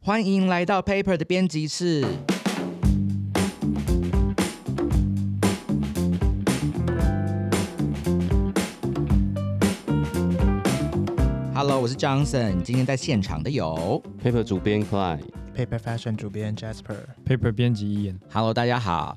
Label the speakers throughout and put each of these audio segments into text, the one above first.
Speaker 1: 欢迎来到 Paper 的编辑室。Hello，我是 Johnson，今天在现场的有
Speaker 2: Paper 主编 Clyde，
Speaker 3: Paper Fashion 主编 Jasper，
Speaker 4: Paper 编辑一眼，
Speaker 1: Hello，大家好。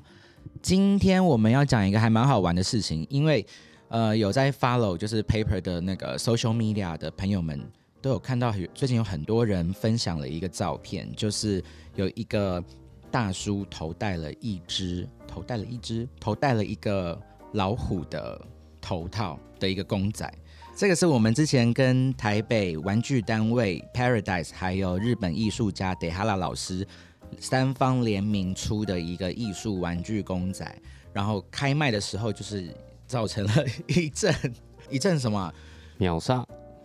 Speaker 1: 今天我们要讲一个还蛮好玩的事情，因为呃，有在 follow 就是 Paper 的那个 social media 的朋友们，都有看到有最近有很多人分享了一个照片，就是有一个大叔头戴了一只头戴了一只头戴了一个老虎的头套的一个公仔。这个是我们之前跟台北玩具单位 Paradise 还有日本艺术家 d e h a r a 老师三方联名出的一个艺术玩具公仔，然后开卖的时候就是造成了一阵一阵什么啊？
Speaker 2: 秒杀，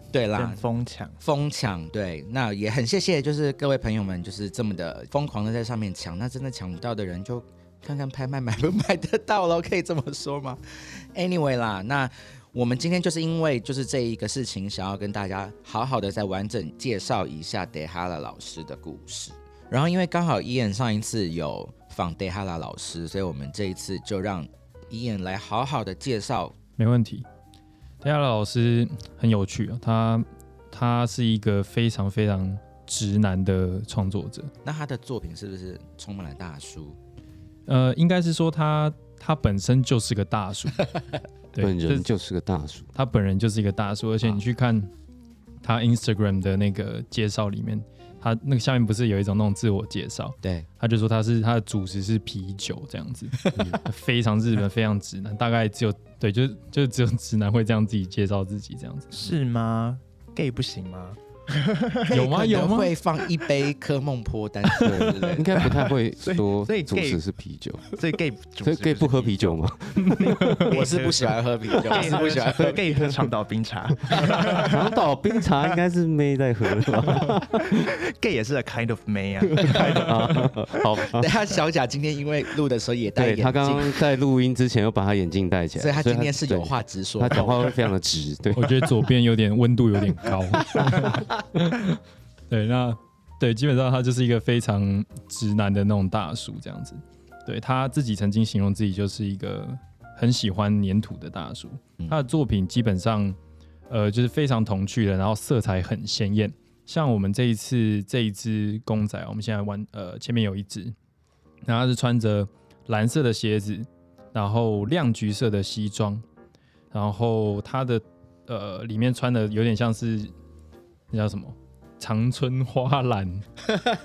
Speaker 1: 对啦
Speaker 3: 跟，风抢，
Speaker 1: 疯抢对，那也很谢谢，就是各位朋友们，就是这么的疯狂的在上面抢，那真的抢不到的人就看看拍卖买不买得到咯，可以这么说吗？Anyway 啦，那我们今天就是因为就是这一个事情，想要跟大家好好的再完整介绍一下 d e h a l a 老师的故事。然后因为刚好伊恩上一次有访 d e h a l a 老师，所以我们这一次就让伊恩来好好的介绍
Speaker 4: 没问题。戴亚老师很有趣啊，他他是一个非常非常直男的创作者，
Speaker 1: 那他的作品是不是充满了大叔？
Speaker 4: 呃，应该是说他他本身就是个 大叔，对，
Speaker 2: 本人
Speaker 4: 这
Speaker 2: 就是个大叔，
Speaker 4: 他本人就是一个大叔，而且
Speaker 1: 啊
Speaker 4: 你去看他 Instagram 的那个介绍里面，他那个下面不是有一种那种自我介绍，
Speaker 1: 对，
Speaker 4: 他就说他是他的主食是啤酒 这样子，嗯非常日本，非常直男，大概只有对，就是就只有直男会这样自己介绍自己这样子，
Speaker 3: 是吗？Gay 不行吗？
Speaker 4: 有吗？有吗？
Speaker 1: 会放一杯科梦坡单之类 的。
Speaker 2: 应该不太会
Speaker 3: 所以
Speaker 2: 说
Speaker 3: 所以
Speaker 2: 主
Speaker 3: gay-
Speaker 2: 食是啤酒，
Speaker 3: 所以 Gay 主
Speaker 2: 所以 gay 不喝 啤酒吗？
Speaker 1: 我是不喜欢喝啤酒，我
Speaker 3: ，Gay
Speaker 1: 是不喜 欢喝。
Speaker 3: 喝 Gay 喝长岛冰茶
Speaker 2: 长岛冰茶应该是妹在喝的吧？
Speaker 3: ，Gay 也是 a kind of man 啊。
Speaker 2: 啊 好吧，
Speaker 1: 等一下小贾今天因为录的时候也戴
Speaker 2: 对
Speaker 1: 眼
Speaker 2: 他刚
Speaker 1: 镜，
Speaker 2: 刚在录音之前又把他眼镜戴起来，
Speaker 1: 所以他今天是有
Speaker 2: 对
Speaker 1: 话直说
Speaker 2: 他。讲话会非常的直， 对，
Speaker 4: 我觉得左边有点温度有点高。对，那对，基本上他就是一个非常直男的那种大叔这样子。对他自己曾经形容自己就是一个很喜欢粘土的大叔，
Speaker 1: 嗯
Speaker 4: 他的作品基本上呃就是非常童趣的，然后色彩很鲜艳。像我们这一次这一只公仔，我们现在玩呃前面有一只，然后它是穿着蓝色的鞋子，然后亮橘色的西装，然后它的呃里面穿的有点像是那叫什么长春花篮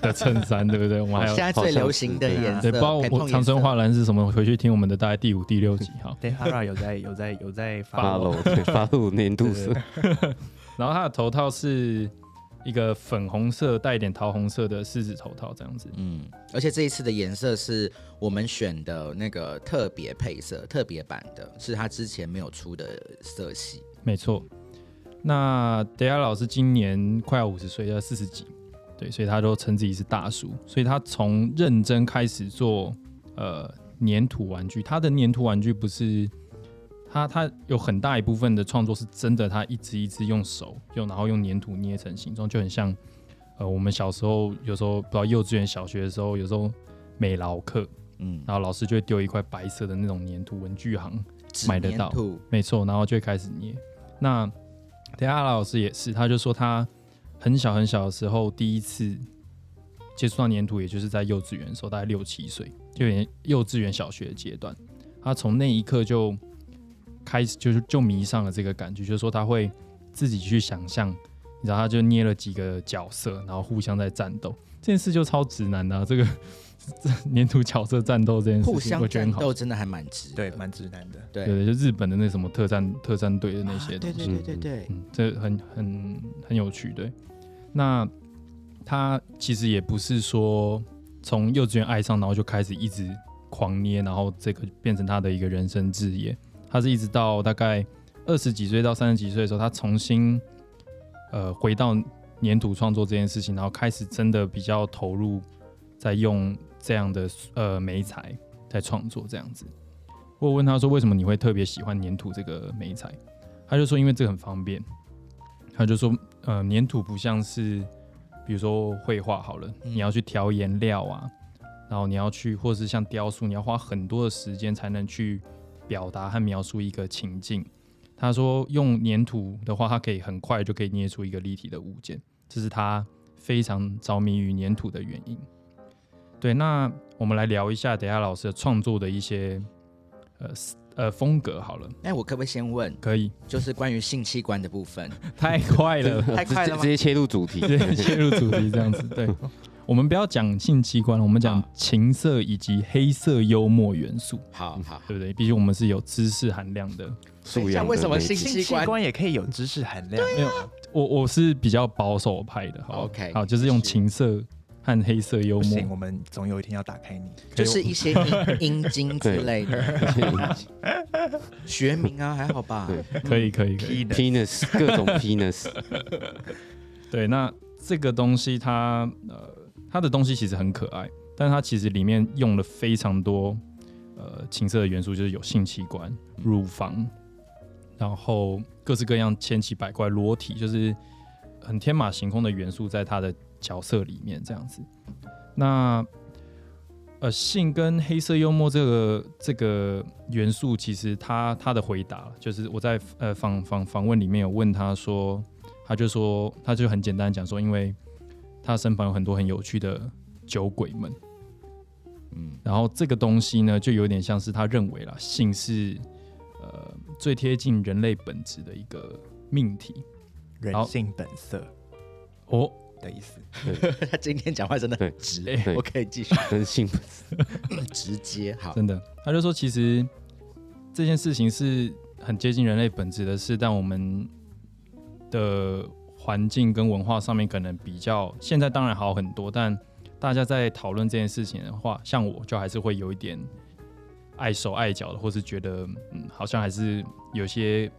Speaker 4: 的衬衫，对不对？我们还有
Speaker 1: 现在最流行的颜色，
Speaker 4: 对，不知道
Speaker 1: 陪
Speaker 4: 我
Speaker 1: 同
Speaker 4: 长
Speaker 1: 颜色
Speaker 4: 春花篮是什么，回去听我们的大概第五、第 六集哈。
Speaker 3: 对 h a r a 有在有在有在
Speaker 2: 发
Speaker 3: 发
Speaker 2: 露，对，发露年度色，
Speaker 4: 然后它的头套是一个粉红色带一点桃红色的狮子头套这样子。
Speaker 1: 嗯，而且这一次的颜色是我们选的那个特别配色、特别版的，是他之前没有出的色系。
Speaker 4: 没错。那德亚老师今年快要五十岁，要四十几，对，所以他都称自己是大叔，所以他从认真开始做呃粘土玩具，他的粘土玩具不是他他有很大一部分的创作是真的，他一只一只用手用，然后用粘土捏成形状，就很像呃我们小时候有时候不知道幼稚园、小学的时候，有时候美劳课，
Speaker 1: 嗯，
Speaker 4: 然后老师就会丢一块白色的那种粘土文具行，
Speaker 1: 纸
Speaker 4: 买得
Speaker 1: 粘
Speaker 4: 到
Speaker 1: 土
Speaker 4: 没错，然后就会开始捏。那等一下阿拉老师也是，他就说他很小很小的时候第一次接触到粘土，也就是在幼稚园的时候，大概六七岁，就有点幼稚园小学的阶段。他从那一刻就开始就是就迷上了这个感觉，就是说他会自己去想象，你知道，他就捏了几个角色，然后互相在战斗。这件事就超直男的啊、这个 这粘土角色战斗这件事
Speaker 1: 互
Speaker 4: 情，
Speaker 1: 相
Speaker 4: 我觉得
Speaker 1: 战
Speaker 4: 很好
Speaker 1: 斗真的还蛮值
Speaker 3: 对，
Speaker 1: 的。
Speaker 3: 蛮直男的。
Speaker 1: 对
Speaker 4: 对，就日本的那什么特战特战队的那些
Speaker 1: 啊
Speaker 4: 东
Speaker 1: 对
Speaker 4: 西，
Speaker 1: 对对对对，
Speaker 4: 嗯，这很很很有趣，对。那他其实也不是说从幼稚园爱上，然后就开始一直狂捏，然后这个变成他的一个人生置业。他是一直到大概二十几岁到三十几岁的时候，他重新呃回到粘土创作这件事情，然后开始真的比较投入，在用这样的呃媒材在创作这样子。我有问他说为什么你会特别喜欢粘土这个媒材，他就说因为这个很方便，他就说呃粘土不像是比如说绘画好了，
Speaker 1: 嗯
Speaker 4: 你要去调颜料啊，然后你要去，或是像雕塑，你要花很多的时间才能去表达和描述一个情境。他说用粘土的话，它可以很快就可以捏出一个立体的物件，这是他非常着迷于粘土的原因。对，那我们来聊一下等一下老师的创作的一些呃 s- 呃风格好了，
Speaker 1: 哎，我可不可以先问，
Speaker 4: 可以？
Speaker 1: 就是关于性器官的部 分？
Speaker 4: 太快了，
Speaker 1: 太
Speaker 2: 直
Speaker 1: 快
Speaker 2: 接
Speaker 1: 了吗
Speaker 2: 直接切入主题。
Speaker 4: 直 接切入主题这样子。对，我们不要讲性器官，我们讲
Speaker 1: 啊
Speaker 4: 情色以及黑色幽默元素，
Speaker 1: 好好，
Speaker 4: 对不对？毕竟我们是有知识含量的。
Speaker 2: 素
Speaker 1: 像
Speaker 2: 养的
Speaker 1: 为什么
Speaker 2: 媒
Speaker 1: 性
Speaker 2: 体
Speaker 1: 器
Speaker 3: 性器
Speaker 1: 官
Speaker 3: 官也可以有知识含量，啊
Speaker 4: 没有，我我是比较保守派的。好
Speaker 1: OK，
Speaker 4: 好，就是用情色和黑色幽
Speaker 3: 不
Speaker 4: 默
Speaker 3: 行，，我们总有一天要打开你。
Speaker 4: 可以
Speaker 1: 就是一些阴阴茎之类 的学名啊，还好吧？
Speaker 4: 可以可以可以。
Speaker 3: P 的
Speaker 2: penis 各种 penis，
Speaker 4: 对，那这个东西它呃，它的东西其实很可爱，但它其实里面用了非常多呃情色的元素，就是有性器官、乳房，然后各式各样千奇百怪裸体，就是很天马行空的元素在它的角色里面这样子。那呃，性跟黑色幽默这个这个元素，其实他他的回答就是我在呃访访访问里面有问他说，他就说，他就很简单地讲说，因为他身旁有很多很有趣的酒鬼们，
Speaker 1: 嗯，
Speaker 4: 然后这个东西呢，就有点像是他认为啦，性是呃最贴近人类本质的一个命题
Speaker 3: 人性本色
Speaker 4: 哦。
Speaker 3: 的意思，
Speaker 1: 他今天讲话真的很直
Speaker 4: 对
Speaker 2: 对，
Speaker 1: 我可以继续
Speaker 2: 真 性
Speaker 1: 直接好。
Speaker 4: 真的，他就说其实这件事情是很接近人类本质的事，但我们的环境跟文化上面可能比较，现在当然好很多，但大家在讨论这件事情的话，像我就还是会有一点碍手碍脚的，或是觉得嗯，好像还是有些。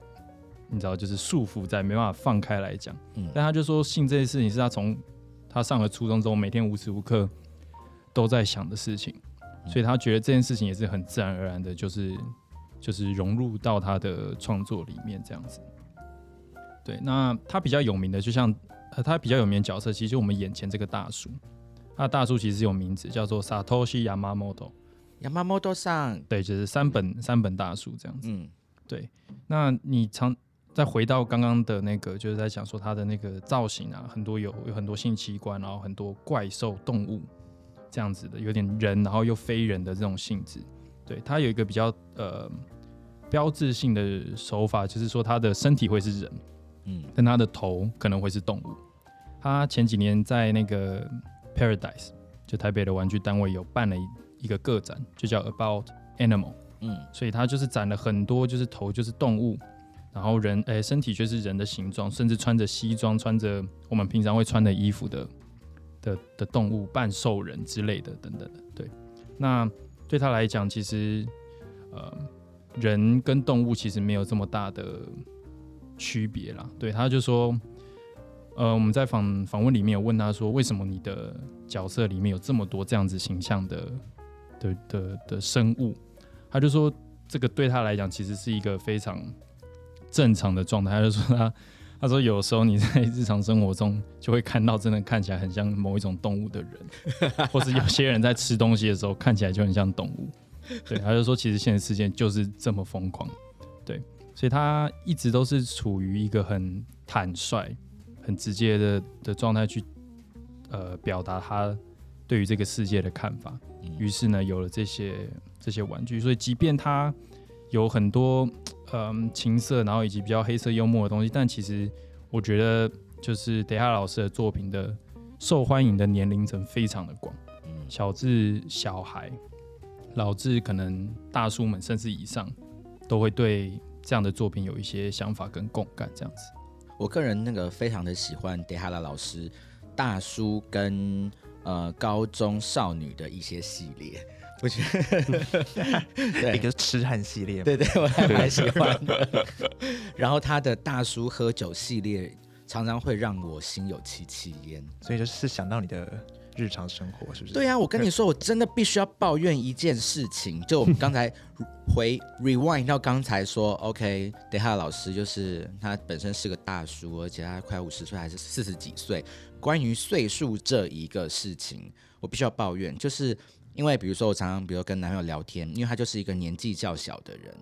Speaker 4: 你知道，就是束缚在，没办法放开来讲。
Speaker 1: 嗯
Speaker 4: 但他就说，性这件事情是他从他上了初中之后，每天无时无刻都在想的事情。所以他觉得这件事情也是很自然而然的，就是就是融入到他的创作里面这样子。对，那他比较有名的，就像呃，他比较有名的角色，其实就我们眼前这个大叔，他的大叔其实有名字叫做 Satoshi Yamamoto，
Speaker 1: Yamamoto 上，
Speaker 4: 对，就是三本三本大叔这样子。
Speaker 1: 嗯，
Speaker 4: 那你常再回到刚刚的那个，就是在讲说它的那个造型啊，很多有有很多性器官，然后很多怪兽动物这样子的，有点人然后又非人的这种性质。对，它有一个比较呃标志性的手法，就是说它的身体会是人，
Speaker 1: 嗯，
Speaker 4: 但它的头可能会是动物。他前几年在那个 Paradise，就台北的玩具单位有办了一一个个展，就叫 About Animal。
Speaker 1: 嗯，
Speaker 4: 所以它就是展了很多，就是头就是动物，然后人诶、身体却是人的形状，甚至穿着西装、穿着我们平常会穿的衣服的的的动物、半兽人之类的等等的。对，那对他来讲，其实呃，人跟动物其实没有这么大的区别啦。对，他就说。呃，我们在访访问里面有问他说，为什么你的角色里面有这么多这样子形象的的的的生物？他就说这个对他来讲其实是一个非常正常的状态。他就说他他说有时候你在日常生活中就会看到真的看起来很像某一种动物的人，或是有些人在吃东西的时候看起来就很像动物。对，他就说其实现实世界就是这么疯狂。对，所以他一直都是处于一个很坦率、很直接的的状态去呃表达他对于这个世界的看法。
Speaker 1: 嗯
Speaker 4: 于是呢，有了这些这些玩具，所以即便它有很多嗯情色，然后以及比较黑色幽默的东西，但其实我觉得就是德哈老师的作品的受欢迎的年龄层非常的广，
Speaker 1: 嗯
Speaker 4: 小至小孩，老至可能大叔们甚至以上，都会对这样的作品有一些想法跟共感，这样子。
Speaker 1: 我个人那个非常的喜欢 d e h a 老师大叔跟呃高中少女的一些系列，我觉得
Speaker 3: 一
Speaker 1: 对。
Speaker 3: 个痴汉系列嘛，
Speaker 1: 对对，我还蛮喜欢的。 然后他的大叔喝酒系列常常会让我心有戚戚焉。
Speaker 3: 所以就是想到你的日常生活，是不是？
Speaker 1: 对呀、我跟你说，我真的必须要抱怨一件事情，就我们刚才回 rewind 到刚才说，OK，等一下老师就是他本身是个大叔，而且他快五十岁还是四十几岁，关于岁数这一个事情，我必须要抱怨，就是因为比如说我常常比如跟男朋友聊天，因为他就是一个年纪较小的人，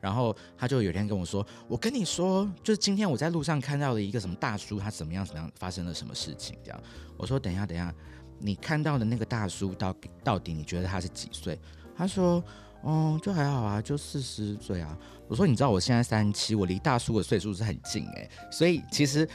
Speaker 1: 然后他就有一天跟我说：“我跟你说，就是今天我在路上看到了一个什么大叔，他怎么样怎么样，发生了什么事情这样。”我说：“等一下，等一下，你看到的那个大叔到底到底你觉得他是几岁？”他说：“哦，就还好啊，就四十岁啊。”我说：“你知道我现在三七，我离大叔的岁数是很近哎、所以其实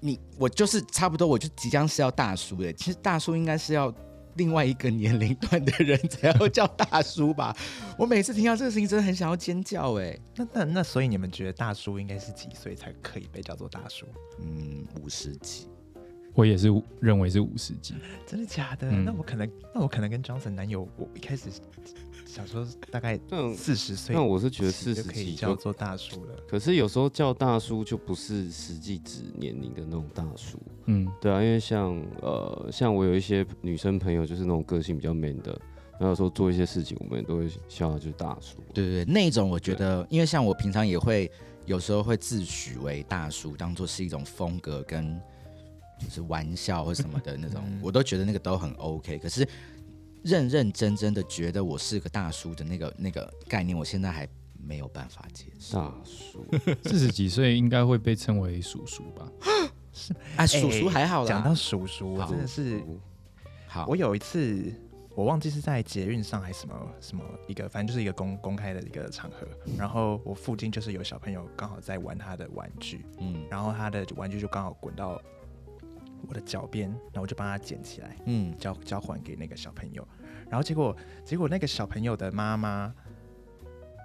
Speaker 1: 你我就是差不多，我就即将是要大叔的。其实大叔应该是要另外一个年龄段的人才要叫大叔吧。我每次听到这个事情，真的很想要尖叫哎、
Speaker 3: 那那那，所以你们觉得大叔应该是几岁才可以被叫做大叔？
Speaker 1: 嗯，五十几，
Speaker 4: 我也是认为是五十几，
Speaker 3: 真的假的？
Speaker 4: 嗯
Speaker 3: 那我可能，那我可能跟 Johnson 男友，我一开始想说大概
Speaker 2: 但
Speaker 3: 四十岁，
Speaker 2: 但嗯我是觉得四
Speaker 3: 就
Speaker 2: 十
Speaker 3: 可以
Speaker 2: 几
Speaker 3: 叫
Speaker 2: 就，
Speaker 3: 做大叔了。
Speaker 2: 可是有时候叫大叔就不是实际指年龄的那种大叔。
Speaker 4: 嗯，
Speaker 2: 对啊，因为像呃，像我有一些女生朋友，就是那种个性比较 man 的，然后说做一些事情，我们都会笑她就是大叔。
Speaker 1: 对对对，那一种我觉得，因为像我平常也会有时候会自诩为大叔，当做是一种风格跟就是玩笑或什么的那种，我都觉得那个都很 OK。可是认认真真的觉得我是个大叔的那个那个概念，我现在还没有办法接受
Speaker 2: 大叔，
Speaker 4: 四十几岁应该会被称为叔叔吧？
Speaker 1: 啊。叔叔还好啦，
Speaker 3: 讲到叔叔，我
Speaker 1: 好
Speaker 3: 真的是，
Speaker 1: 好，
Speaker 3: 我有一次，我忘记是在捷运上还是什么什么一个，反正就是一个公公开的一个场合。然后我附近就是有小朋友刚好在玩他的玩具，
Speaker 1: 嗯
Speaker 3: 然后他的玩具就刚好滚到我的脚边，然后我就帮他捡起来。
Speaker 1: 嗯，
Speaker 3: 交交还给那个小朋友，然后结果结果那个小朋友的妈妈，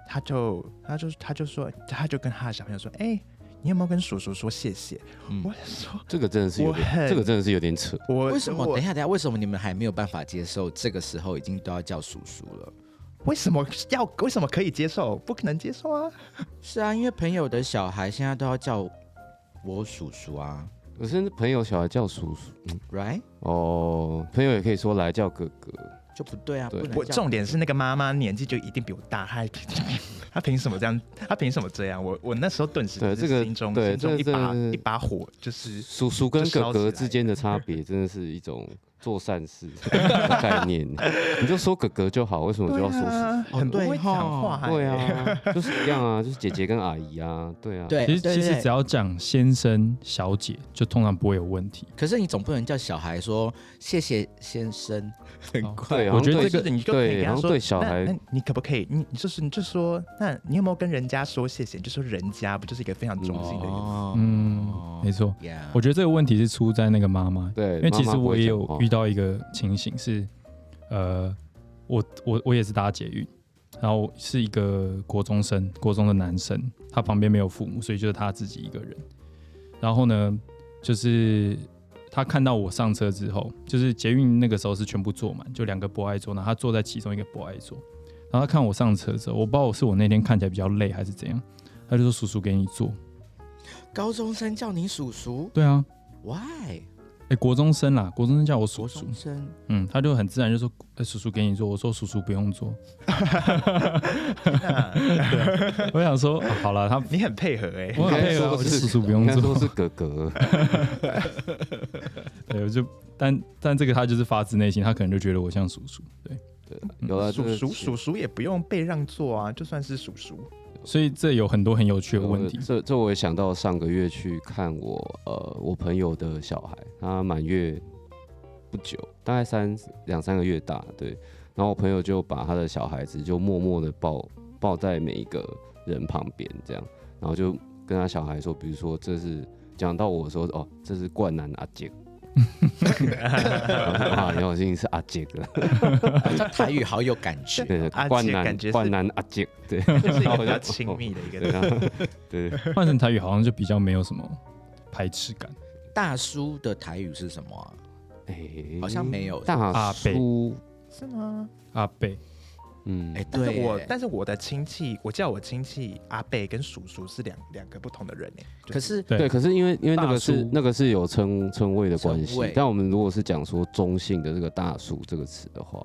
Speaker 3: 他就他就他就说，他就跟他的小朋友说，哎、你有没有跟叔叔说谢谢？
Speaker 1: 嗯
Speaker 3: 我说
Speaker 2: 这个真的是有
Speaker 3: 我
Speaker 2: 点，
Speaker 3: 很
Speaker 2: 这个真的是有点扯。
Speaker 3: 我
Speaker 1: 为什么？
Speaker 3: 我
Speaker 1: 等一下，等一下，为什么你们还没有办法接受这个时候已经都要叫叔叔了？
Speaker 3: 为什么要为什么可以接受？不可能接受啊！
Speaker 1: 是啊，因为朋友的小孩现在都要叫我叔叔啊
Speaker 2: 我甚至朋友小孩叫叔叔，嗯
Speaker 1: ，right？
Speaker 2: 哦，朋友也可以说来叫哥哥。
Speaker 1: 就不对啊，
Speaker 2: 对
Speaker 1: 不能
Speaker 3: 我
Speaker 1: 叫
Speaker 3: 重点是那个妈妈年纪就一定比我大，她 她凭什么这样？她凭什么这样？我我那时候顿时
Speaker 2: 对
Speaker 3: 就是
Speaker 2: 这个
Speaker 3: 心中
Speaker 2: 对
Speaker 3: 心中
Speaker 2: 这
Speaker 3: 一把
Speaker 2: 这
Speaker 3: 一把火，就是
Speaker 2: 叔叔跟
Speaker 3: 就
Speaker 2: 哥
Speaker 3: 烧起
Speaker 2: 哥
Speaker 3: 来
Speaker 2: 之间的差别，真的是一种做善事的概 念。你就说哥哥就好，为什么就要说
Speaker 3: 对
Speaker 2: 叔
Speaker 3: 啊，
Speaker 1: 哦
Speaker 3: 很不
Speaker 1: 对
Speaker 3: 会讲
Speaker 1: 吼
Speaker 3: 话、欸，
Speaker 2: 叔？对啊，就是一样啊，就是姐姐跟阿姨啊，对啊。
Speaker 1: 对，
Speaker 4: 其实
Speaker 1: 哎对
Speaker 4: 其实
Speaker 1: 对
Speaker 4: 只要讲先生小姐，就通常不会有问题。
Speaker 1: 可是你总不能叫小孩说谢谢先生，很
Speaker 4: 哦
Speaker 1: 快哦
Speaker 2: 啊我
Speaker 3: 我
Speaker 2: 觉
Speaker 3: 觉
Speaker 2: 得
Speaker 3: 得
Speaker 2: 这
Speaker 3: 这
Speaker 2: 个
Speaker 3: 个你就可以
Speaker 2: 对
Speaker 3: 跟
Speaker 2: 好
Speaker 3: 他
Speaker 2: 像
Speaker 3: 说，
Speaker 2: 对小
Speaker 3: 那
Speaker 2: 孩
Speaker 3: 那你可不可以？你你就是你就说，那你有没有跟人家说谢谢？你就说人家不就是一个非常中性的语
Speaker 2: 哦
Speaker 3: 言？
Speaker 4: 嗯，
Speaker 1: 哦
Speaker 4: 没错。
Speaker 1: ，Yeah，
Speaker 4: 我觉得这个问题是出在那个妈妈，
Speaker 2: 对，
Speaker 4: 因为其
Speaker 2: 妈
Speaker 4: 实
Speaker 2: 妈不
Speaker 4: 我
Speaker 2: 会
Speaker 4: 也
Speaker 2: 讲
Speaker 4: 有
Speaker 2: 话
Speaker 4: 遇到一个情形是，呃，我我我也是搭捷运，然后是一个国中生，国中的男生，他旁边没有父母，所以就是他自己一个人。然后呢，就是他看到我上车之后，就是捷运那个时候是全部坐满，就两个博爱座，然后他坐在其中一个博爱座。然后他看我上车之后，我不知道我是我那天看起来比较累还是怎样，他就说：“叔叔给你坐。
Speaker 1: 高中生叫你叔叔”
Speaker 4: 对啊，
Speaker 1: ，Why？
Speaker 4: 哎，国中生啦，国中生叫我叔
Speaker 1: 国
Speaker 4: 叔
Speaker 1: 中。生，
Speaker 4: 嗯，他就很自然就说：“呃叔叔给你做。”我说：“叔叔不用做。 对”我想说，啊好了，他
Speaker 3: 你很配合哎、
Speaker 4: 我很配合啊，
Speaker 2: 应该
Speaker 4: 我
Speaker 2: 说
Speaker 4: 就是叔叔不用
Speaker 2: 应该
Speaker 4: 做
Speaker 2: 说。是哥哥，
Speaker 4: 对，我就但但这个他就是发自内心，他可能就觉得我像叔叔。对，
Speaker 2: 对，有啊了这
Speaker 3: 叔
Speaker 2: 个
Speaker 3: 叔叔叔也不用被让座啊，就算是叔叔，
Speaker 4: 所以这有很多很有趣的
Speaker 2: 有
Speaker 4: 问题。
Speaker 2: 这这我也想到上个月去看我呃我朋友的小孩，他满月不久，大概三两三个月大，对。然后我朋友就把他的小孩子就默默的抱抱在每一个人旁边这样，然后就跟他小孩说，比如说这是讲到我说哦这是灌篮阿杰。然后说啊，你好，已经是阿杰了，
Speaker 1: 台语好有感 觉，
Speaker 2: 对，
Speaker 3: 阿杰
Speaker 2: 灌篮
Speaker 3: 感觉是
Speaker 2: 灌篮阿杰，对，
Speaker 3: 就是
Speaker 2: 然
Speaker 3: 一个
Speaker 2: 后
Speaker 3: 比
Speaker 2: 我
Speaker 3: 较
Speaker 2: 就
Speaker 3: 亲密的一
Speaker 2: 哦对啊
Speaker 3: 个。
Speaker 2: 然后对，
Speaker 4: 换成台语好像就比较没有什么排斥感。
Speaker 1: 大叔的台语是什么啊？
Speaker 2: 哎
Speaker 1: 好像没有
Speaker 2: 大
Speaker 4: 阿伯
Speaker 2: 啊叔，
Speaker 3: 是吗？
Speaker 4: 阿贝，
Speaker 2: 嗯，
Speaker 1: 哎，
Speaker 3: 但是
Speaker 1: 对
Speaker 3: 我
Speaker 1: 耶，
Speaker 3: 但是我的亲戚，我叫我亲戚阿贝跟叔叔是两两个不同的人哎、就
Speaker 1: 可是
Speaker 4: 对
Speaker 2: 对，可是因为因为那
Speaker 4: 大
Speaker 2: 个
Speaker 4: 叔
Speaker 2: 是那个是有称称谓的关
Speaker 1: 称
Speaker 2: 系
Speaker 1: 谓，
Speaker 2: 但我们如果是讲说中性的这个“大叔”这个词的话，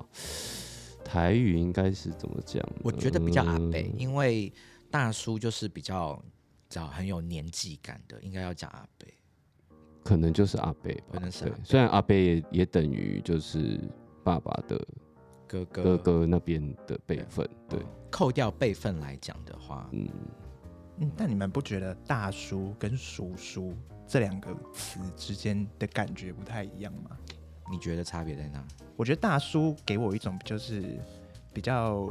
Speaker 2: 台语应该是怎么讲呢？
Speaker 1: 我觉得比较阿北，
Speaker 2: 嗯
Speaker 1: 因为大叔就是比较。找很有年纪感的，应该要讲阿北。
Speaker 2: 可能就是阿贝吧，
Speaker 1: 可能是
Speaker 2: 对
Speaker 1: 阿伯，
Speaker 2: 虽然阿贝也也等于就是爸爸的
Speaker 1: 哥哥
Speaker 2: 哥哥那边的辈分，对
Speaker 1: 哦，扣掉辈分来讲的话，
Speaker 2: 嗯，
Speaker 3: 嗯，但你们不觉得大叔跟叔叔这两个词之间的感觉不太一样吗？
Speaker 1: 你觉得差别在哪？
Speaker 3: 我觉得大叔给我一种就是比较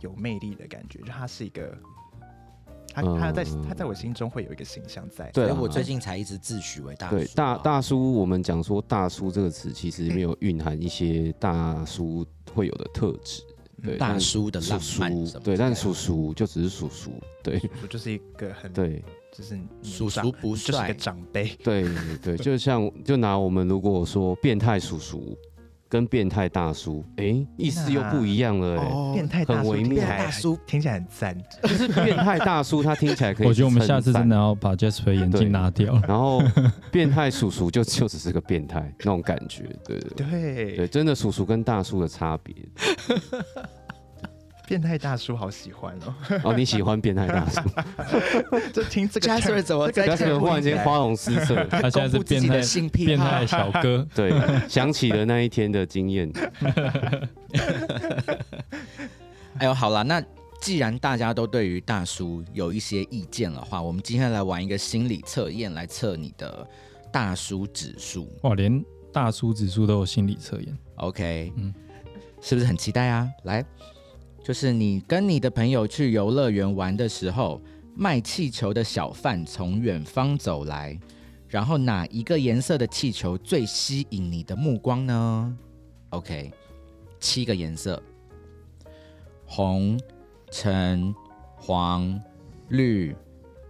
Speaker 3: 有魅力的感觉，就他是一个，他他在
Speaker 2: 嗯
Speaker 3: 他在我心中会有一个形象在。
Speaker 2: 对
Speaker 1: 所
Speaker 2: 啊
Speaker 1: 以我最近才一直自诩为大叔啊。
Speaker 2: 对，大大叔，我们讲说大叔这个词，其实没有蕴含一些大叔会有的特质，对，
Speaker 1: 嗯大
Speaker 2: 但
Speaker 1: 叔的
Speaker 2: 叔
Speaker 1: 浪漫什么之类
Speaker 2: 叔，
Speaker 1: 的
Speaker 2: 对，但叔叔就只是叔叔，对
Speaker 3: 我就是一个很
Speaker 2: 对
Speaker 3: 就是年
Speaker 1: 叔
Speaker 3: 长
Speaker 1: 叔不
Speaker 3: 就是一
Speaker 1: 帅
Speaker 3: 个，长辈，
Speaker 2: 对对，就像就拿我们如果说变态叔叔跟变态大叔，哎，意思又不一样了，哎，
Speaker 1: 哦
Speaker 3: 变态大
Speaker 2: 很
Speaker 3: 叔
Speaker 2: 微
Speaker 3: 听起
Speaker 2: 妙
Speaker 3: 来
Speaker 1: 大叔
Speaker 3: 听起来很赞。
Speaker 2: 就是欸变态大叔，他听起来可以，
Speaker 4: 我觉得我们下次真的。要把 Jasper 眼
Speaker 2: 对
Speaker 4: 镜拿掉了。
Speaker 2: 然后变态叔叔就就只是个变态那种感觉，对对对
Speaker 3: 对，
Speaker 2: 对，真的叔叔跟大叔的差别。
Speaker 3: 变态大叔好喜欢 哦，
Speaker 2: 哦，你喜欢变态大叔？
Speaker 3: 就听这个
Speaker 1: Jasper
Speaker 3: term，
Speaker 1: 怎么
Speaker 3: 这
Speaker 1: 在
Speaker 2: 但
Speaker 3: 个 term
Speaker 2: 是忽然
Speaker 3: 听起
Speaker 2: 间
Speaker 3: 来
Speaker 2: 花容失色，
Speaker 4: 他现在是
Speaker 1: 公布自
Speaker 4: 变
Speaker 1: 己
Speaker 4: 态
Speaker 1: 的性癖
Speaker 4: 变
Speaker 1: 好
Speaker 4: 态小哥，
Speaker 2: 对，想起了那一天的经验。
Speaker 1: 哎呦，好啦，那既然大家都对于大叔有一些意见的话，我们今天来玩一个心理测验，来测你的大叔指数。
Speaker 4: 哇，连大叔指数都有心理测验。
Speaker 1: OK，嗯
Speaker 4: 嗯，
Speaker 1: 是不是很期待啊？来，就是你跟你的朋友去游乐园玩的时候，卖气球的小贩从远方走来，然后哪一个颜色的气球最吸引你的目光呢？OK，七个颜色：红、橙、黄、绿、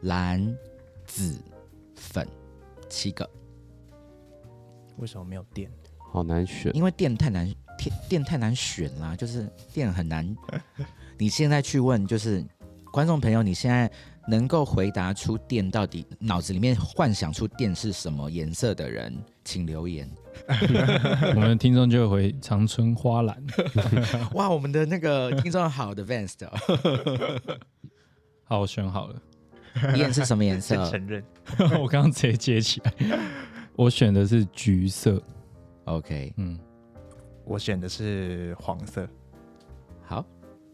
Speaker 1: 蓝、紫、粉，七个。
Speaker 3: 为什么没有电？
Speaker 2: 好难选，
Speaker 1: 因为电太难，电电太难选啦，就是电很 难。你现在去问，就是观众朋友，你现在能够回答出电到底脑子里面幻想出电是什么颜色的人，请留言。
Speaker 4: 我们的听众就会回长春花篮。
Speaker 1: 哇，我们的那个听众好的 Vans 的哦，
Speaker 4: 好，我选好了，
Speaker 1: 电是什么颜
Speaker 3: 先
Speaker 1: 色
Speaker 3: 承认，
Speaker 4: 我刚刚直接接起来。我选的是橘色，
Speaker 1: ？OK，
Speaker 4: 嗯，
Speaker 3: 我选的是黄色。
Speaker 1: 好，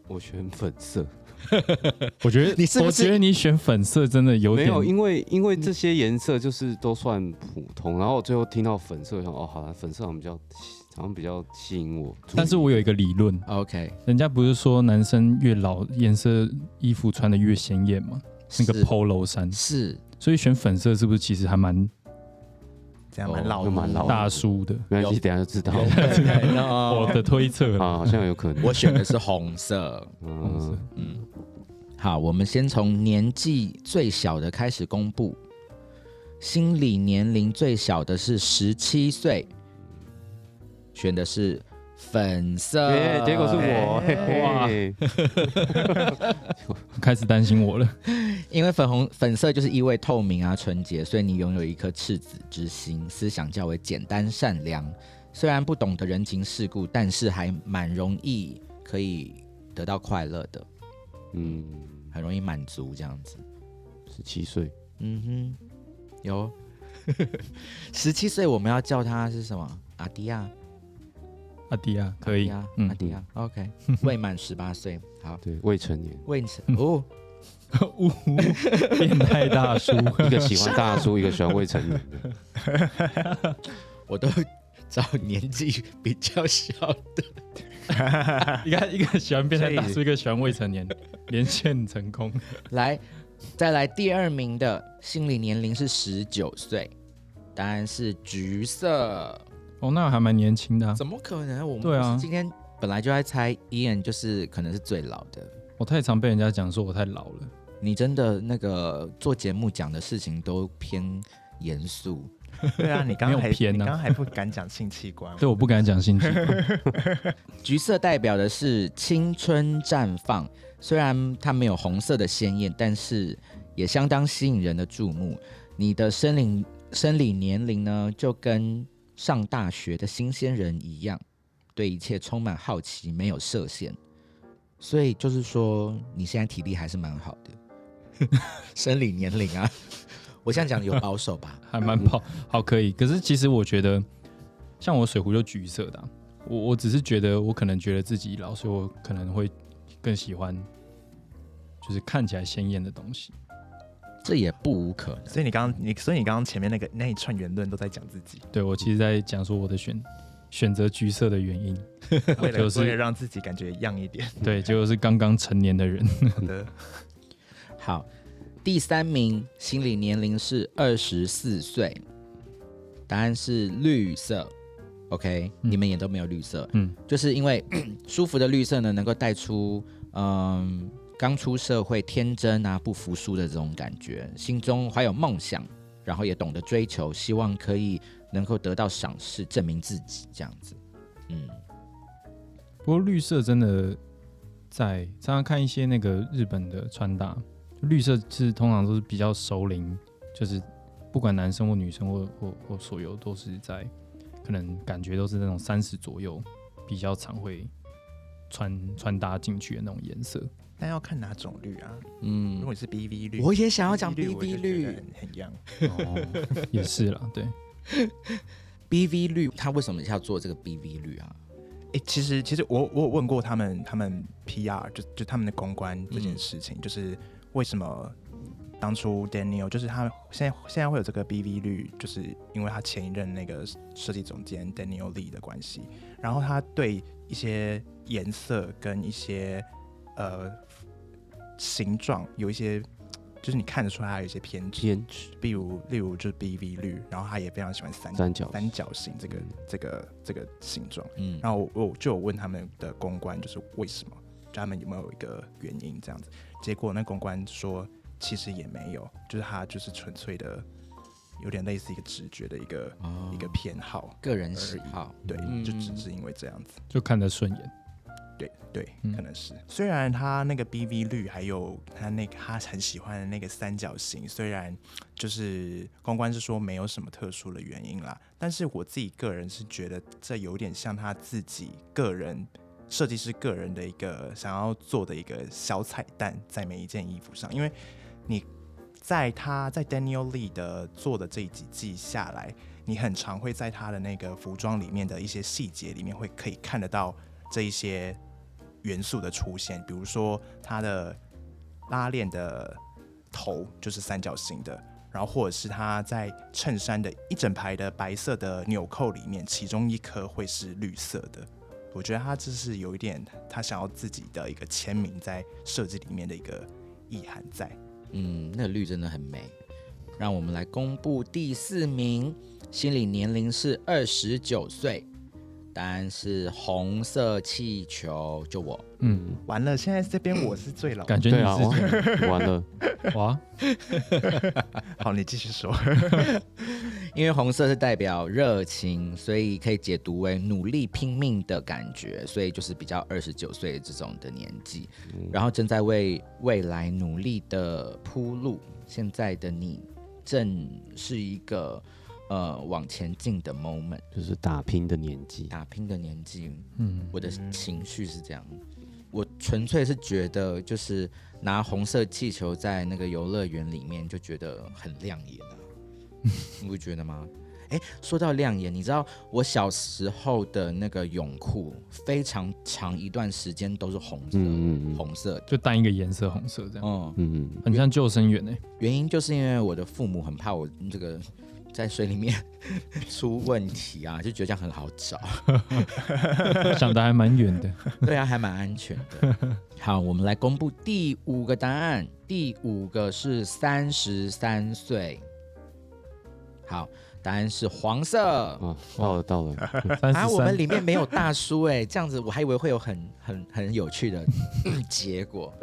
Speaker 2: 我选粉色。
Speaker 4: 我觉得
Speaker 1: 你是不
Speaker 4: 我
Speaker 1: 是
Speaker 4: 觉得你选粉色真的有
Speaker 2: 没
Speaker 4: 点嗯
Speaker 2: 有，因为因为这些颜色就是都算普通，然后我最后听到粉色，我想哦，好了，粉色好像比较好像比较吸引我。
Speaker 4: 但是我有一个理论，
Speaker 1: OK，
Speaker 4: 人家不是说男生越老颜色衣服穿的越鲜艳吗？那个
Speaker 1: 是
Speaker 4: polo 衫，
Speaker 1: 是
Speaker 4: 所以选粉色是不是其实还蛮
Speaker 3: 这样蛮
Speaker 1: 哦
Speaker 3: 老的，
Speaker 2: 就蛮老 的
Speaker 4: 大叔的？
Speaker 2: 没关系，
Speaker 1: 有
Speaker 2: 等一下就知道
Speaker 1: 有
Speaker 2: 了
Speaker 1: 可能
Speaker 4: 我
Speaker 1: 哦。
Speaker 4: 的推测 啦，
Speaker 2: 啊，好像有可能。
Speaker 1: 我选的是红色。
Speaker 4: 粉色
Speaker 2: 嗯，
Speaker 1: 嗯，好，我们先从年纪最小的开始公布。心理年龄最小的是十七岁，选的是粉色。
Speaker 2: 耶，哎结果是我，嘿嘿
Speaker 4: 开始担心我了。
Speaker 1: 因为粉红粉色就是意味透明啊、纯洁，所以你拥有一颗赤子之心，思想较为简单善良。虽然不懂得人情世故，但是还蛮容易可以得到快乐的，
Speaker 2: 嗯，
Speaker 1: 很容易满足这样子。
Speaker 2: 十七岁，
Speaker 1: 嗯哼，有。 十七岁我们要叫他是什么？阿迪亚，
Speaker 4: 阿迪亚可以
Speaker 1: 阿迪亚，，啊
Speaker 4: 嗯
Speaker 1: 阿，迪亚。OK，未 满十八岁，好，
Speaker 2: 对，未成年，
Speaker 1: 未成哦，
Speaker 4: 呜，变态大叔，
Speaker 2: 一个喜欢大叔，一个喜欢未成年的。
Speaker 1: 我都找年纪比较小的。
Speaker 4: 一个一个喜欢变态大
Speaker 3: 所
Speaker 4: 叔，一个喜欢未成年，连线成功。
Speaker 1: 来，再来第二名的心理年龄是十九岁，答案是橘色。
Speaker 4: 哦，那还蛮年轻的啊、
Speaker 1: 怎么可能？我们
Speaker 4: 对啊
Speaker 1: 不是今天本来就在猜 Ian 就是可能是最老的。
Speaker 4: 我太常被人家讲说我太老了，
Speaker 1: 你真的那个做节目讲的事情都偏严肃，
Speaker 3: 对啊，你刚刚
Speaker 4: 没
Speaker 3: 还
Speaker 4: 有偏啊
Speaker 3: 你刚刚还不敢讲性器官，
Speaker 4: 对，我不敢讲性情。
Speaker 1: 橘色代表的是青春绽放，虽然它没有红色的鲜艳，但是也相当吸引人的注目。你的生理生理年龄呢，就跟上大学的新鲜人一样，对一切充满好奇，没有设限。所以 就是说，你现在体力还是蛮好的，生理年龄啊， 我现在讲的有保守吧？
Speaker 4: 还蛮跑好可以。可是其实我觉得，像我水壶就橘色的啊、我我只是觉得我可能觉得自己老，所以我可能会更喜欢就是看起来鲜艳的东西。
Speaker 1: 这也不无可能。
Speaker 3: 所以你刚刚你所以你刚刚前面那个那一串言论都在讲自己，
Speaker 4: 对我其实在讲说我的选选择橘色的原因，
Speaker 3: 为了
Speaker 4: 就是
Speaker 3: 为了让自己感觉样一点。
Speaker 4: 对，结果是刚刚成年的人，
Speaker 3: 好 的，
Speaker 1: 好，第三名心理年龄是二十四岁，答案是绿色。OK，、
Speaker 4: 嗯
Speaker 1: 你们也都没有绿色，
Speaker 4: 嗯，
Speaker 1: 就是因为 舒服的绿色呢，能够带出嗯刚出社会天真啊、不服输的这种感觉，心中怀有梦想，然后也懂得追求，希望可以能够得到赏识，证明自己这样子。嗯，
Speaker 4: 不过绿色真的在常常看一些那个日本的穿搭，绿色是通常都是比较熟龄，就是不管男生或女生或或或所有都是在可能感觉都是那种三十左右比较常会穿穿搭进去的那种颜色。
Speaker 3: 但要看哪种绿啊？如
Speaker 1: 嗯，
Speaker 3: 果你是 BV 绿，
Speaker 1: 我也想要讲 BB
Speaker 3: BV 绿我就觉得
Speaker 1: 绿
Speaker 3: 很很样。
Speaker 4: 哦，也是啦，对，
Speaker 1: ，BV 绿，他为什么要做这个 BV 绿啊？
Speaker 3: 诶，其实其实我我有问过他们，他们 PR 就就他们的公关这件事情，就是为什么当初 Daniel 就是他现在现在会有这个 BV 率，就是因为他前一任那个设计总监 Daniel Lee 的关系，然后他对一些颜色跟一些呃形状有一些，就是你看得出来他有一些偏执，
Speaker 2: 偏执
Speaker 3: 例如例如就是 BV 率，然后他也非常喜欢三
Speaker 2: 三角
Speaker 3: 三角形嗯这个这个这个形状。
Speaker 1: 嗯，
Speaker 3: 然后我我就有问他们的公关，就是为什么，就他们有没有一个原因这样子。结果那公关说，其实也没有，就是他就是纯粹的，有点类似一个直觉的一个、
Speaker 1: 哦
Speaker 3: 一个偏好，
Speaker 1: 个人喜好，
Speaker 3: 对，
Speaker 1: 嗯
Speaker 3: 就只是因为这样子，
Speaker 4: 就看得顺眼。
Speaker 3: 对对，
Speaker 4: 嗯
Speaker 3: 可能是。虽然他那个 BV 率还有他那个他很喜欢的那个三角形，虽然就是公关是说没有什么特殊的原因啦，但是我自己个人是觉得这有点像他自己个人设计师个人的一个想要做的一个小彩蛋在每一件衣服上，因为你在他在 Daniel Lee 的做的这几季下来，你很常会在他的那个服装里面的一些细节里面会可以看得到这一些元素的出现，比如说它的拉链的头就是三角形的，然后或者是它在衬衫的一整排的白色的纽扣里面，其中一颗会是绿色的。我觉得他这是有一点他想要自己的一个签名在设计里面的一个意涵在。
Speaker 1: 嗯，那个绿真的很美。让我们来公布第四名，心理年龄是二十九岁，答案是红色气球，就我。
Speaker 4: 嗯，
Speaker 3: 完了，现在这边我是最老的。
Speaker 4: 感觉你
Speaker 2: 对啊，
Speaker 4: 是、
Speaker 2: 完 完了，
Speaker 4: 哇，
Speaker 3: 好，你继续说。
Speaker 1: 因为红色是代表热情，所以可以解读为努力拼命的感觉，所以就是比较二十九岁这种的年纪，然后正在为未来努力的铺路。现在的你正是一个呃往前进的 moment，
Speaker 2: 就是打拼的年纪，
Speaker 1: 打拼的年纪。
Speaker 4: 嗯，
Speaker 1: 我的情绪是这样，我纯粹是觉得就是拿红色气球在那个游乐园里面就觉得很亮眼 啊，你不觉得吗？哎，说到亮眼，你知道我小时候的那个泳裤非常长一段时间都是红色，
Speaker 2: 嗯嗯嗯
Speaker 1: 红色的，
Speaker 4: 就单一个颜色红色这样，
Speaker 1: 嗯，
Speaker 2: 嗯，嗯
Speaker 4: 很像救生员哎、
Speaker 1: 原因就是因为我的父母很怕我这个在水里面 出问题啊，就觉得这样很好找。
Speaker 4: 欸想的还蛮远的。
Speaker 1: 对啊，还蛮安全的。好，我们来公布第五个答案，第五个是三十三岁。好，答案是黄色。
Speaker 2: 啊，到了到 了，
Speaker 4: 三
Speaker 1: 啊，
Speaker 4: 十
Speaker 1: 我们
Speaker 4: 三，
Speaker 1: 里面没有大叔哎、这样子我还以为会有很很很有趣 的结果。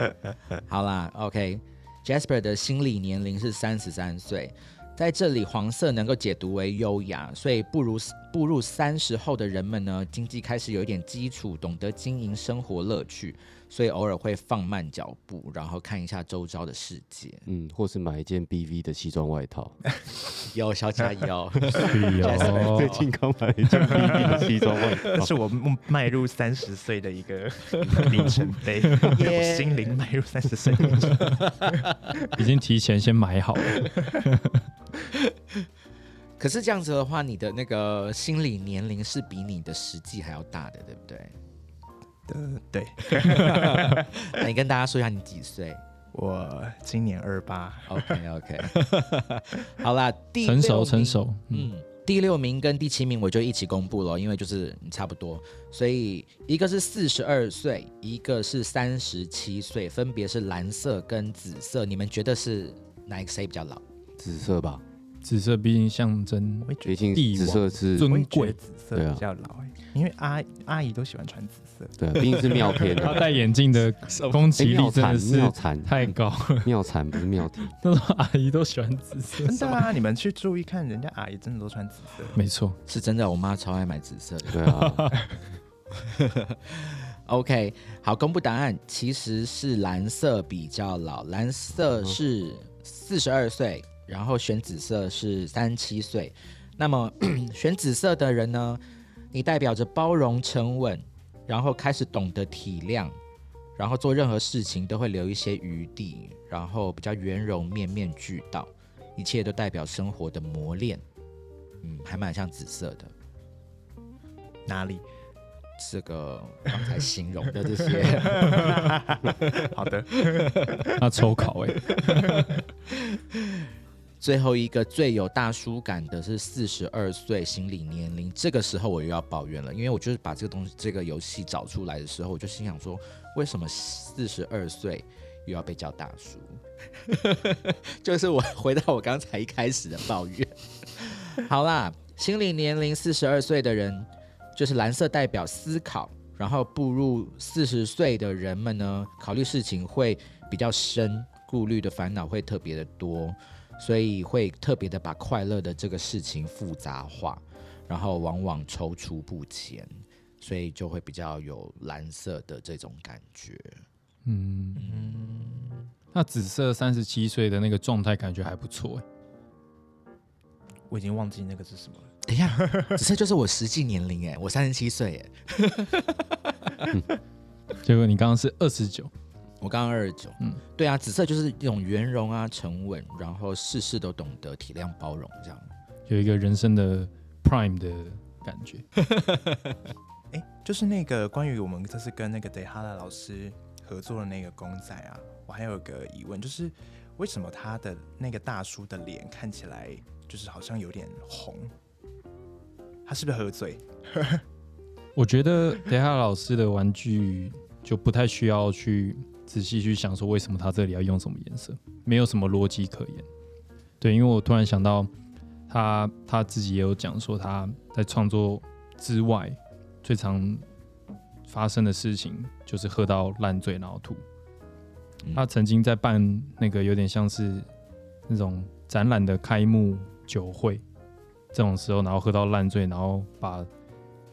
Speaker 1: 好啦，OK，Jasper、的心理年龄是三十三岁，在这里黄色能够解读为优雅，所以不如步入三十后的人们呢，经济开始有一点基础，懂得经营生活乐趣，所以偶尔会放慢脚步，然后看一下周遭的世界。
Speaker 2: 嗯，或是买一件 BV 的西装外套。
Speaker 1: 有小加 油，
Speaker 4: 是哦
Speaker 2: 最近刚买了一件 BV 的西装外
Speaker 3: 这
Speaker 2: 套。
Speaker 3: 是我们迈入三十岁的一个里程碑，
Speaker 1: 耶
Speaker 3: 我心灵迈入三十岁的里程碑。
Speaker 4: 已经提前先买好了。
Speaker 1: 可是这样子的话，你的那个心理年龄是比你的实际还要大的，对不对？
Speaker 3: 呃对，
Speaker 1: 那你跟大家说一下你几岁
Speaker 3: 我今年二八，
Speaker 1: ？OK OK，好啦，第
Speaker 4: 成
Speaker 1: 六
Speaker 4: 熟
Speaker 1: 名
Speaker 4: 成，熟，嗯，
Speaker 1: 嗯，第六名跟第七名我就一起公布了，因为就是差不多，所以一个是四十二岁，一个是三十七岁，分别是蓝色跟紫色，你们觉得是哪一个谁比较老？
Speaker 2: 紫色吧，
Speaker 4: 紫色毕竟象征
Speaker 3: 我也觉
Speaker 2: 毕
Speaker 3: 得
Speaker 2: 竟
Speaker 4: 帝
Speaker 2: 紫色是
Speaker 4: 尊
Speaker 3: 我也觉
Speaker 4: 贵
Speaker 3: 得紫色
Speaker 2: 对啊
Speaker 3: 比较老、欸，因为阿阿姨都喜欢穿紫色。
Speaker 2: 对啊，毕竟是妙天
Speaker 4: 他
Speaker 2: 啊。
Speaker 4: 戴眼镜 的攻
Speaker 2: 哎
Speaker 4: 击力
Speaker 2: 妙
Speaker 4: 真
Speaker 2: 产
Speaker 4: 的
Speaker 2: 妙
Speaker 4: 是
Speaker 2: 产
Speaker 4: 太高了，
Speaker 2: 妙产不是妙体，
Speaker 4: 那种
Speaker 3: 哎
Speaker 4: 阿 姨都喜欢紫色。
Speaker 3: 真的啊，你们去注意看，人家阿姨真的都穿紫色。
Speaker 4: 没错，
Speaker 1: 是真的，我妈超爱买紫色的。
Speaker 2: 对啊，
Speaker 1: OK，好，公布答案，其实是蓝色比较老，蓝色是四十二岁，然后选紫色是三七岁。那么 选紫色的人呢，你代表着包容、沉稳，然后开始懂得体谅，然后做任何事情都会留一些余地，然后比较圆融、面面俱到，一切都代表生活的磨练。嗯，还蛮像紫色的。
Speaker 3: 哪里？
Speaker 1: 这个刚才形容的这些。
Speaker 3: 好的，
Speaker 4: 那抽考哎、
Speaker 1: 最后一个最有大叔感的是四十二岁心理年龄，这个时候我又要抱怨了，因为我就是把这个东西这个游戏找出来的时候，我就心想说，为什么四十二岁又要被叫大叔？ 就是我回到我刚才一开始的抱怨。 好啦，心理年龄四十二岁的人，就是蓝色代表思考，然后步入四十岁的人们呢，考虑事情会比较深，顾虑的烦恼会特别的多。所以会特别的把快乐的这个事情复杂化，然后往往踌躇不前，所以就会比较有蓝色的这种感觉。
Speaker 4: 嗯，那紫色三十七岁的那个状态感觉还不错、欸，
Speaker 3: 我已经忘记那个是什么了。
Speaker 1: 等一下， 紫色就是我实际年龄哎，我三十七岁哎，
Speaker 4: 结果你刚刚是二十九，
Speaker 1: 我刚刚二十九。嗯
Speaker 4: 嗯，
Speaker 1: 对啊，紫色就是一种圆融啊、沉稳，然后事事都懂得体谅包容这样。
Speaker 4: 有一个人生的 prime 的感觉。
Speaker 3: 哎、就是那个关于我们这次跟那个德哈拉老师合作的那个公仔啊，我还有个疑问，就是为什么他的那个大叔的脸看起来就是好像有点红？他是不是喝醉？
Speaker 4: 我觉得等下老师的玩具就不太需要去仔细去想说为什么他这里要用什么颜色，没有什么逻辑可言。对，因为我突然想到他他自己也有讲说他在创作之外最常发生的事情就是喝到烂醉然后吐。
Speaker 1: 嗯
Speaker 4: 他曾经在办那个有点像是那种展览的开幕酒会这种时候，然后喝到烂醉，然后把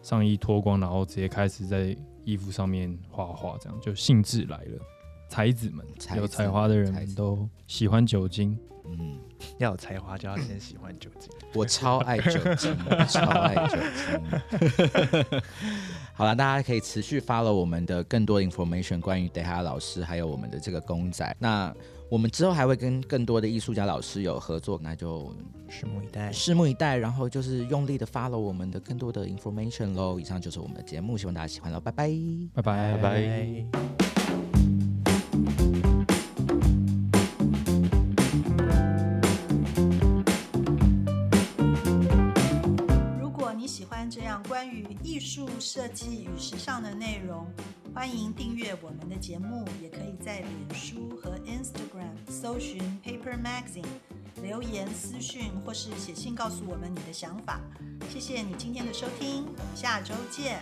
Speaker 4: 上衣脱光，然后直接开始在衣服上面画画，这样就兴致来了。才子们
Speaker 1: 才
Speaker 4: 有
Speaker 1: 子
Speaker 4: 才华的人
Speaker 1: 才
Speaker 4: 们
Speaker 1: 子
Speaker 4: 都喜欢酒精，
Speaker 1: 嗯，
Speaker 3: 要有才华就要先喜欢酒精。
Speaker 1: 我超爱酒精，我超爱酒精。 好了，大家可以持续 follow 我们的更多 information 关于 Deha 老师，还有我们的这个公仔。那我们之后还会跟更多的艺术家老师有合作，那就
Speaker 3: 拭目以待。
Speaker 1: 拭目以待，然后就是用力的 follow 我们的更多的 information 喽。以上就是我们的节目，希望大家喜欢喽，拜拜。
Speaker 4: 拜拜
Speaker 2: 拜拜
Speaker 5: 如果你喜欢这样关于艺术设计与时尚的内容，欢迎订阅我们的节目，也可以在脸书和 Instagram 搜寻 Paper Magazine，留言私讯或是写信告诉我们你的想法。谢谢你今天的收听，我们下周见，